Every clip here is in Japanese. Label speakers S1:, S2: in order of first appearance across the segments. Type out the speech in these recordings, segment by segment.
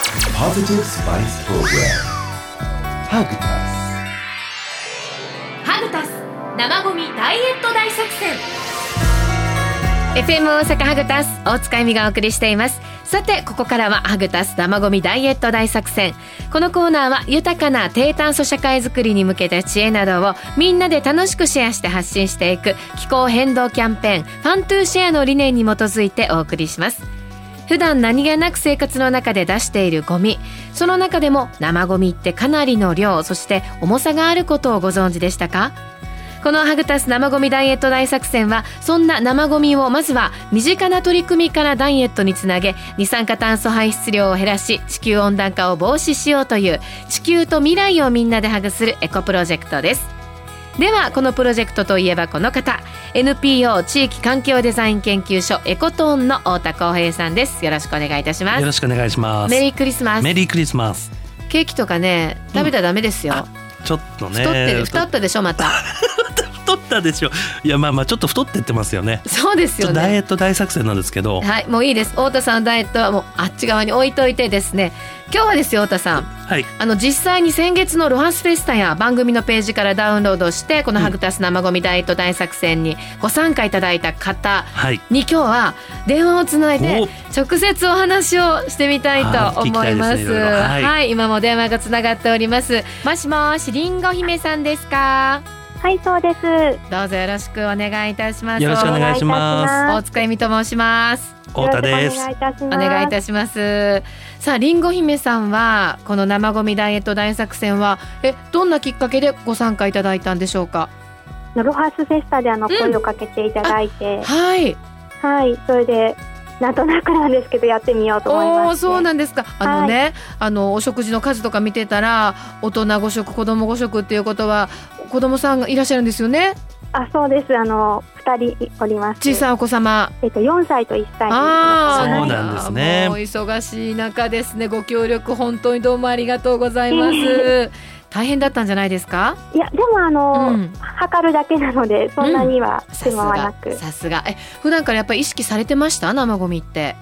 S1: Positive Spice Program. Hagitas.
S2: ハグタス生ゴミダイエット大作戦
S3: FM 大阪ハグタス大塚恵美がお送りしていますさてここからはハグタス生ゴミダイエット大作戦このコーナーは豊かな低炭素社会づくりに向けた知恵などをみんなで楽しくシェアして発信していく気候変動キャンペーンファントゥーシェアの理念に基づいてお送りします普段何気なく生活の中で出しているゴミその中でも生ゴミってかなりの量そして重さがあることをご存知でしたかこのハグタス生ゴミダイエット大作戦はそんな生ゴミをまずは身近な取り組みからダイエットにつなげ二酸化炭素排出量を減らし地球温暖化を防止しようという地球と未来をみんなでハグするエコプロジェクトですではこのプロジェクトといえばこの方 NPO 地域環境デザイン研究所エコトーンの太田光平さんですよろしくお願いいたしま
S4: よろ
S3: す
S4: しくお願いします。
S3: メリークリスマス
S4: メリークリスマス。
S3: ケーキとかね食べたらダメですよ、
S4: ちょっとね。
S3: 太ってる太
S4: 太
S3: ったでしょま た
S4: 太ったでしょ。いやまあまあちょっと太ってってますよね。
S3: そうです
S4: ちょっ
S3: よ
S4: と
S3: ね
S4: ダイエット大作戦なんですけど、
S3: はい、もういいです。太田さんのダイエットはもうあっち側に置いといてですね。今日はですよ、太田さん。
S4: はい、
S3: あの実際に先月のロハスフェスタや番組のページからダウンロードしてこの「ハグタス生ゴミダイエット大作戦」にご参加いただいた方
S4: はい。
S3: に今日は電話をつないで直接お話をしてみたいと思いま
S4: あー聞きたいですすねいろいろ
S3: は、
S4: はいい
S3: 今も電話がつながっておりますもしもしりんご姫さんですか
S5: はい、そうです。よ
S3: どうぞよろしくお願いいたします
S4: よろしくお願いしま
S3: 大塚由美と申します
S4: す。太田で
S5: ろし
S4: す
S5: くお。願いいたします。
S3: お願いいたします。さあ、りんご姫さんはこの生ゴミダイエット大作戦はえどんなきっかけでご参加いただいたんでしょうか。
S5: ロハスフェスタであの
S3: うん
S5: 声をかけていただいて、
S3: はい。
S5: はい、それでなんとなくなんですけどやってみようと思い
S3: お
S5: ま
S3: お、
S5: して。
S3: そうなんですか。あのね、あのお食事の数とか見てたら大人5食、子供5食っていうことは子供さんがいらっしゃるんですよね。
S5: あ、そうです。あの二人おります。
S3: 小さいお子様。
S5: えっと四歳と一歳の
S3: ああ、
S4: そう
S5: 子供が
S4: なんですね
S3: もう忙しい中ですね。ご協力本当にどうもありがとうございます。大変だったんじゃないですか。
S5: いや、でもあの、
S3: うん
S5: 測るだけなのでそんなには手間はなく、
S3: さすがえ普段からやっぱり意識されてました生ゴミって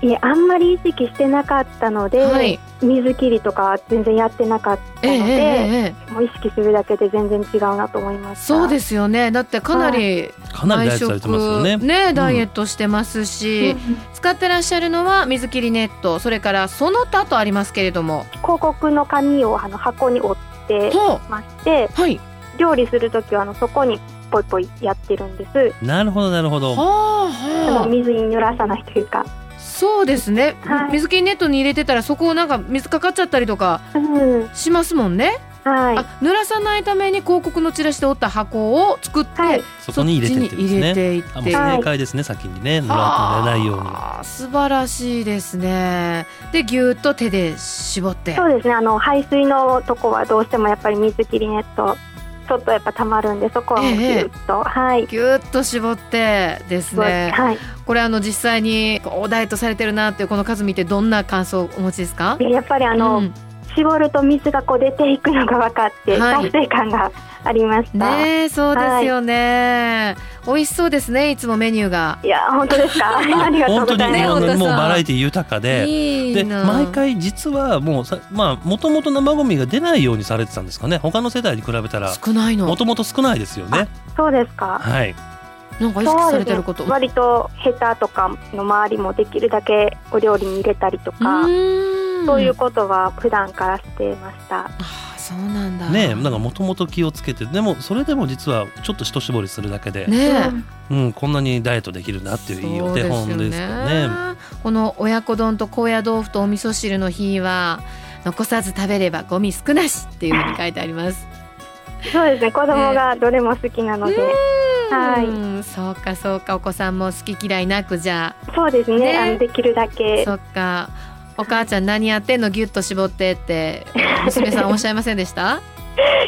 S5: いやあんまり意識してなかったので、
S3: はい
S5: 水切りとかは全然やってなかった
S3: えええ
S5: ので、
S3: ええ
S5: もう意識するだけで全然違うなと思いま
S3: え
S5: した。
S3: そうですよねだってかなり
S4: かなり
S3: 外
S4: ダイエットされてますよ
S3: 食
S4: ね。
S3: ねダイエットしてますし、
S5: うん
S3: 使ってらっしゃるのは水切りネットそれからその他とありますけれども
S5: 広告の紙をあの箱に折って
S3: ほ
S5: まして
S3: うはい
S5: 料理する時はあのそこにポイポイやってるんです
S4: なるほどなるほど。
S3: はあ
S5: でも
S3: は
S5: 水に濡らさないというか、
S3: あそうですね、
S5: はい
S3: 水切りネットに入れてたらそこをなんか水かかっちゃったりとか
S5: うん、
S3: しますもんね、
S5: はい
S3: あ濡らさないために広告のチラシで折った箱を作って、
S5: はい
S4: そこに入れてってです
S3: そっち
S4: ね。
S3: に入れていっ
S4: あもう
S3: て
S5: はい
S4: 正解ですね先にね濡らないように。
S3: あー素晴らしいですねでぎゅーっと手で絞って
S5: そうですねあの排水のとこはどうしてもやっぱり水切りネットちょっとやっぱ溜まるんでそこはもうず
S3: ええ
S5: っと、はい
S3: ぎゅーっと絞ってですね
S5: はい、
S3: これあの実際におダイエットされてるなっていうこの数見てどんな感想をお持ちですか
S5: でやっぱりあの、
S3: うん
S5: 絞ると水がこう出ていくのが分かって
S3: はい
S5: 達成感がありました、
S3: ねえそうですよね、美味しそうですねいつもメニューが
S5: いや本当ですか ありがとう
S4: 本
S5: ご
S4: 当
S5: ざ
S4: に
S3: ね
S5: い
S4: も
S5: ま
S4: う
S3: 本当
S4: もう
S3: そう
S4: バラエティ豊かで。
S3: い
S4: で
S3: いな
S4: 毎回実はもうさまあもともと生ゴミが出ないようにされてたんですかね他の世代に比べたら
S3: 少ない
S4: も
S3: の
S4: ともと少ないですよね
S5: すそうですか
S4: はい
S3: なんか意識されてること
S5: そうですね割とヘタとかの周りもできるだけお料理に入れたりと
S3: う
S5: か、
S3: ーん
S5: そういうことは普段からしてました
S3: あーそうなんだ
S4: ねなんかもともと気をつけてでもそれでも実はちょっと一絞りするだけで、
S3: ねえ、
S5: うん
S4: うん、こんなにダイエットできるなっていういいお手本ですよね。
S3: この親子丼と高野豆腐とお味噌汁の日は残さず食べればゴミ少なしっていうふうに書いてあります。
S5: そうですね子供がどれも好きなので、はい
S3: い。そうかそうかお子さんも好き嫌いなくじゃ
S5: そうですね
S3: ね
S5: あのできるだ
S3: あ
S5: け
S3: そっかお母ちゃん何やってんのギュッと絞ってって娘さんおっしゃいませんでした？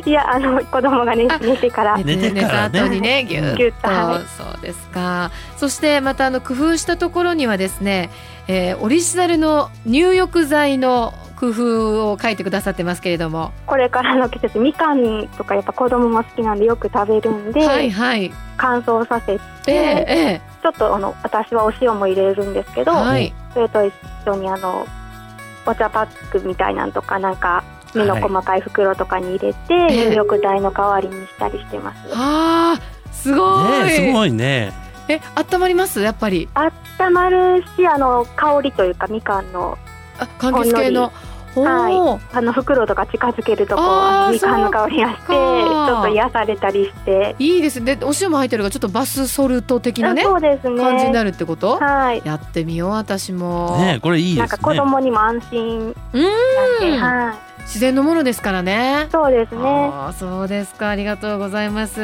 S5: いやあの子供が寝
S3: あ
S5: 寝てから
S4: 寝てからね
S3: 寝た後にねギュッ
S5: ぎゅっ
S3: そ
S5: とは
S3: うそうですかそしてまたあの工夫したところにはですね、えーオリジナルの入浴剤の工夫を書いてくださってますけれども
S5: いこれからの季節みかんとかやっぱ子供も好きなんでよく食べるんで、
S3: はいはい
S5: 乾燥させ
S3: え
S5: て
S3: ええ
S5: ちょっとあの私はお塩も入れるんですけ
S3: え
S5: ど、
S3: はい
S5: それと一緒にあのお茶パックみたいなんとかなんか目の
S4: はい
S5: 細かい袋とかに入れて、
S3: ええ
S5: 入浴剤の代わりにしたりしてます。
S3: あーすごい,、
S4: ねえすごいね。
S3: え温まりますやっぱり
S5: あったまるしあの香りというかみかんの
S3: あ柑橘系のおお
S5: はい
S3: ー、
S5: あの袋とか近づけるとこう
S3: あー
S5: みかんの香りがしてち
S3: そうか
S5: ょっと癒されたりして、
S3: い、いですねでお塩も入ってるからちょっとバスソルト的なね
S5: そうですね
S3: 感じになるってこと、
S5: はい
S3: やってみよう私も、
S4: ねえこれいい
S5: な
S4: で
S5: んか
S4: す
S5: 子
S4: ね。
S5: 供にも安心なん
S3: うん
S5: で、はい
S3: 自然のものですからね
S5: そうですね
S3: あーそうですかありがとうございます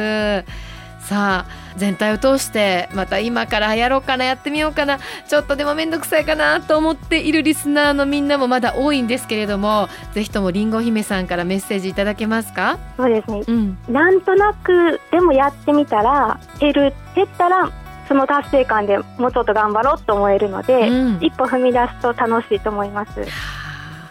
S3: さあ全体を通してまた今からやろうかなやってみようかなちょっとでも面倒くさいかなと思っているリスナーのみんなもまだ多いんですけれどもぜひともりんご姫さんからメッセージいただけますか
S5: そうですね
S3: うん
S5: なんとなくでもやってみたら減る減ったらその達成感でもうちょっと頑張ろうと思えるので、
S3: うん
S5: 一歩踏み出すと楽しいと思います。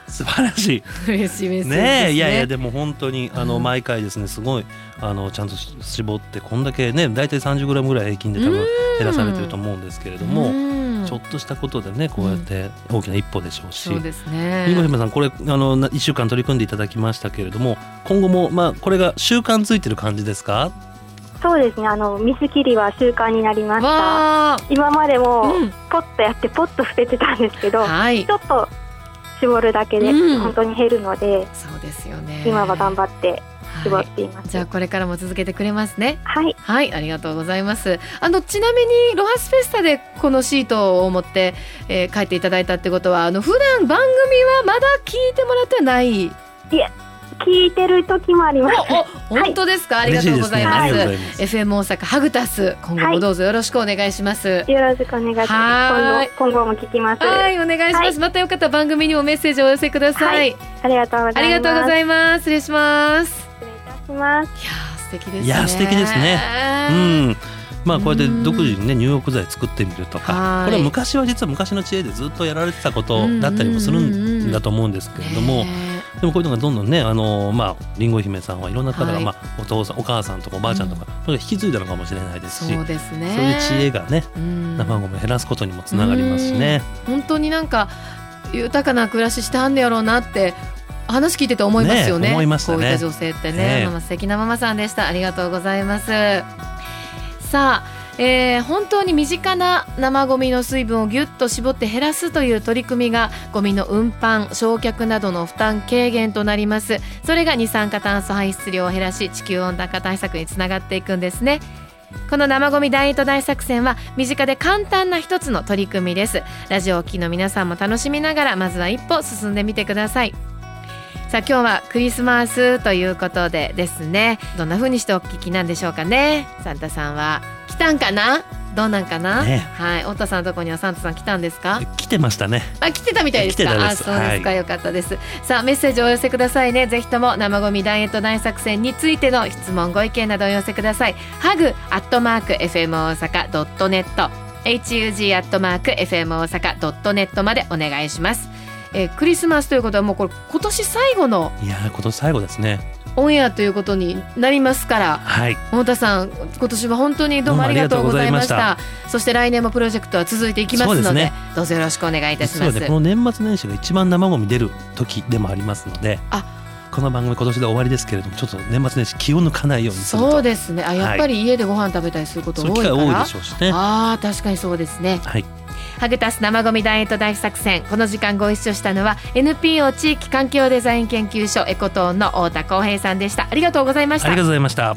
S4: 素晴らし
S3: 嬉しいメッセージで
S4: い。
S3: すね
S4: ねえいやいやでも本当にあの
S3: うん
S4: 毎回ですねすごいあのちゃんとし絞ってこんだけね大体3 0ムぐらい平均で多分減らされてると思うんですけれども、
S3: うん
S4: ちょっとしたことでねこうやって大きな一歩でしょうし。
S3: そうですね
S4: りんご姫さんこれあのな一週間取り組んでいただきましたけれども今後もまあこれが習慣づいてる感じですか
S5: そうですねあの水切りは習慣になりました。
S3: わ
S5: 今まで
S3: あ、
S5: も
S3: うん、
S5: ポッとやってポッと捨ててたんですけど、
S3: はい
S5: ちょっと絞るだけで
S3: うん
S5: 本当に減るので、
S3: そうですよね
S5: 今は頑張って絞
S3: は
S5: っ
S3: い
S5: ています。
S3: じゃあこれからも続けてくれますね
S5: はい、
S3: はい、ありがとうございます。あのちなみにロハスフェスタでこのシートを持って、えー、書いていただいたってことは、あの普段番組はまだ聞いてもらってはない。
S5: 聞いてる時もあります。
S3: お、お
S5: は
S3: 本
S5: い
S3: 当ですか、ありがとうございます。
S4: 嬉しいですねありがとうございます
S3: FM 大阪ハグタス、今後
S5: は
S3: も
S5: い
S3: どうぞよろしくお願いします。はい
S5: よろしくお願いします。
S3: は
S5: 今
S3: い
S5: 後今後も聞きます。あ
S3: お願いします、
S5: はい
S3: またよかったら番組にもメッセージをお寄せください、
S5: はりがとうございます。
S3: ありがとうございます失礼します
S5: 失礼いたします。
S3: いやー素敵ですね
S4: いやー素敵ですねうんまあこうやって独自にね入浴剤作ってみると
S3: は
S4: か
S3: い
S4: これは昔は実は昔の知恵でずっとやられてたことだったりもする
S3: うんうんうんうん
S4: んだと思うんですけれども
S3: ね
S4: でもこういうのがどんどんねあのまありんご姫さんはいろんな方が
S3: はい
S4: まあお父さんお母さんとかおばあちゃんとかそれが引き継いだのかもしれないですし
S3: そうですね
S4: そういう知恵がね
S3: うん
S4: 生ゴミを減らすことにもつながりますしね
S3: 本当になんか豊かな暮らししてはんねやろうなって話聞いてて思いますよね
S4: ね思いましたね
S3: こういった女性ってね
S4: ね
S3: ママ素敵なママさんでしたありがとうございますさあえー本当に身近な生ゴミの水分をぎゅっと絞って減らすという取り組みがゴミの運搬焼却などの負担軽減となりますそれが二酸化炭素排出量を減らし地球温暖化対策につながっていくんですねこの生ゴミダイエット大作戦は身近で簡単な一つの取り組みですラジオをお聴きの皆さんも楽しみながらまずは一歩進んでみてくださいさあ今日はクリスマスということでですねどんな風にしてお聞きなんでしょうかねサンタさんは来たんかなどうなんかな、
S4: ね
S3: はい太田さんのとこにはサンタさん来たんですか
S4: 来てましたね
S3: あ来てたみたいですか
S4: 来てたです
S3: あそうですか、
S4: は
S3: よかったですさあメッセージをお寄せくださいねぜひとも生ゴミダイエット大作戦についての質問ご意見などをお寄せくださいハグアットマーク FM 大阪ドットネット HUG アットマーク FM 大阪ドットネットまでお願いしますえークリスマスということはもうこれ今年最後の
S4: いやー今年最後ですね
S3: オンエアということになりますから
S4: はい
S3: 太田さん今年は本当にどうも
S4: どうも
S3: ありがとうございました
S4: ありが
S3: そして来年もプロジェクトは続いていきますので
S4: そうですね
S3: どうぞよろしくお願いいたし
S4: 実
S3: ま
S4: は
S3: す
S4: ねこの年末年始が一番生ゴミ出る時でもありますので
S3: あ
S4: この番組今年で終わりですけれどもちょっと年末年始気を抜かないようにすると
S3: そうですねあやっぱり家でご飯食べたりすること
S4: そういう
S3: 多い
S4: 機
S3: か
S4: 会
S3: ら、
S4: 多いでしょうしね
S3: あー確かにそうですね
S4: はい
S3: ハグタス生ゴミダイエット大作戦この時間ご一緒したのは NPO 地域環境デザイン研究所エコトーンの太田光平さんでしたありがとうございまし
S4: ありがと
S3: た
S4: うございました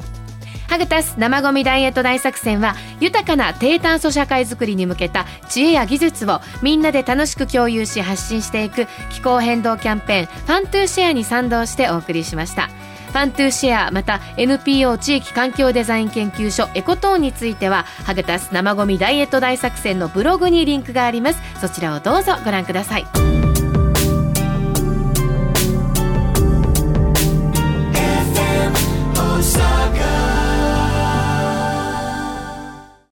S3: ハグタス生ゴミダイエット大作戦は豊かな低炭素社会づくりに向けた知恵や技術をみんなで楽しく共有し発信していく気候変動キャンペーンファントゥーシェアに賛同してお送りしましたファントゥーシェアまた NPO 地域環境デザイン研究所エコトーンについてはハグタス生ゴミダイエット大作戦のブログにリンクがありますそちらをどうぞご覧ください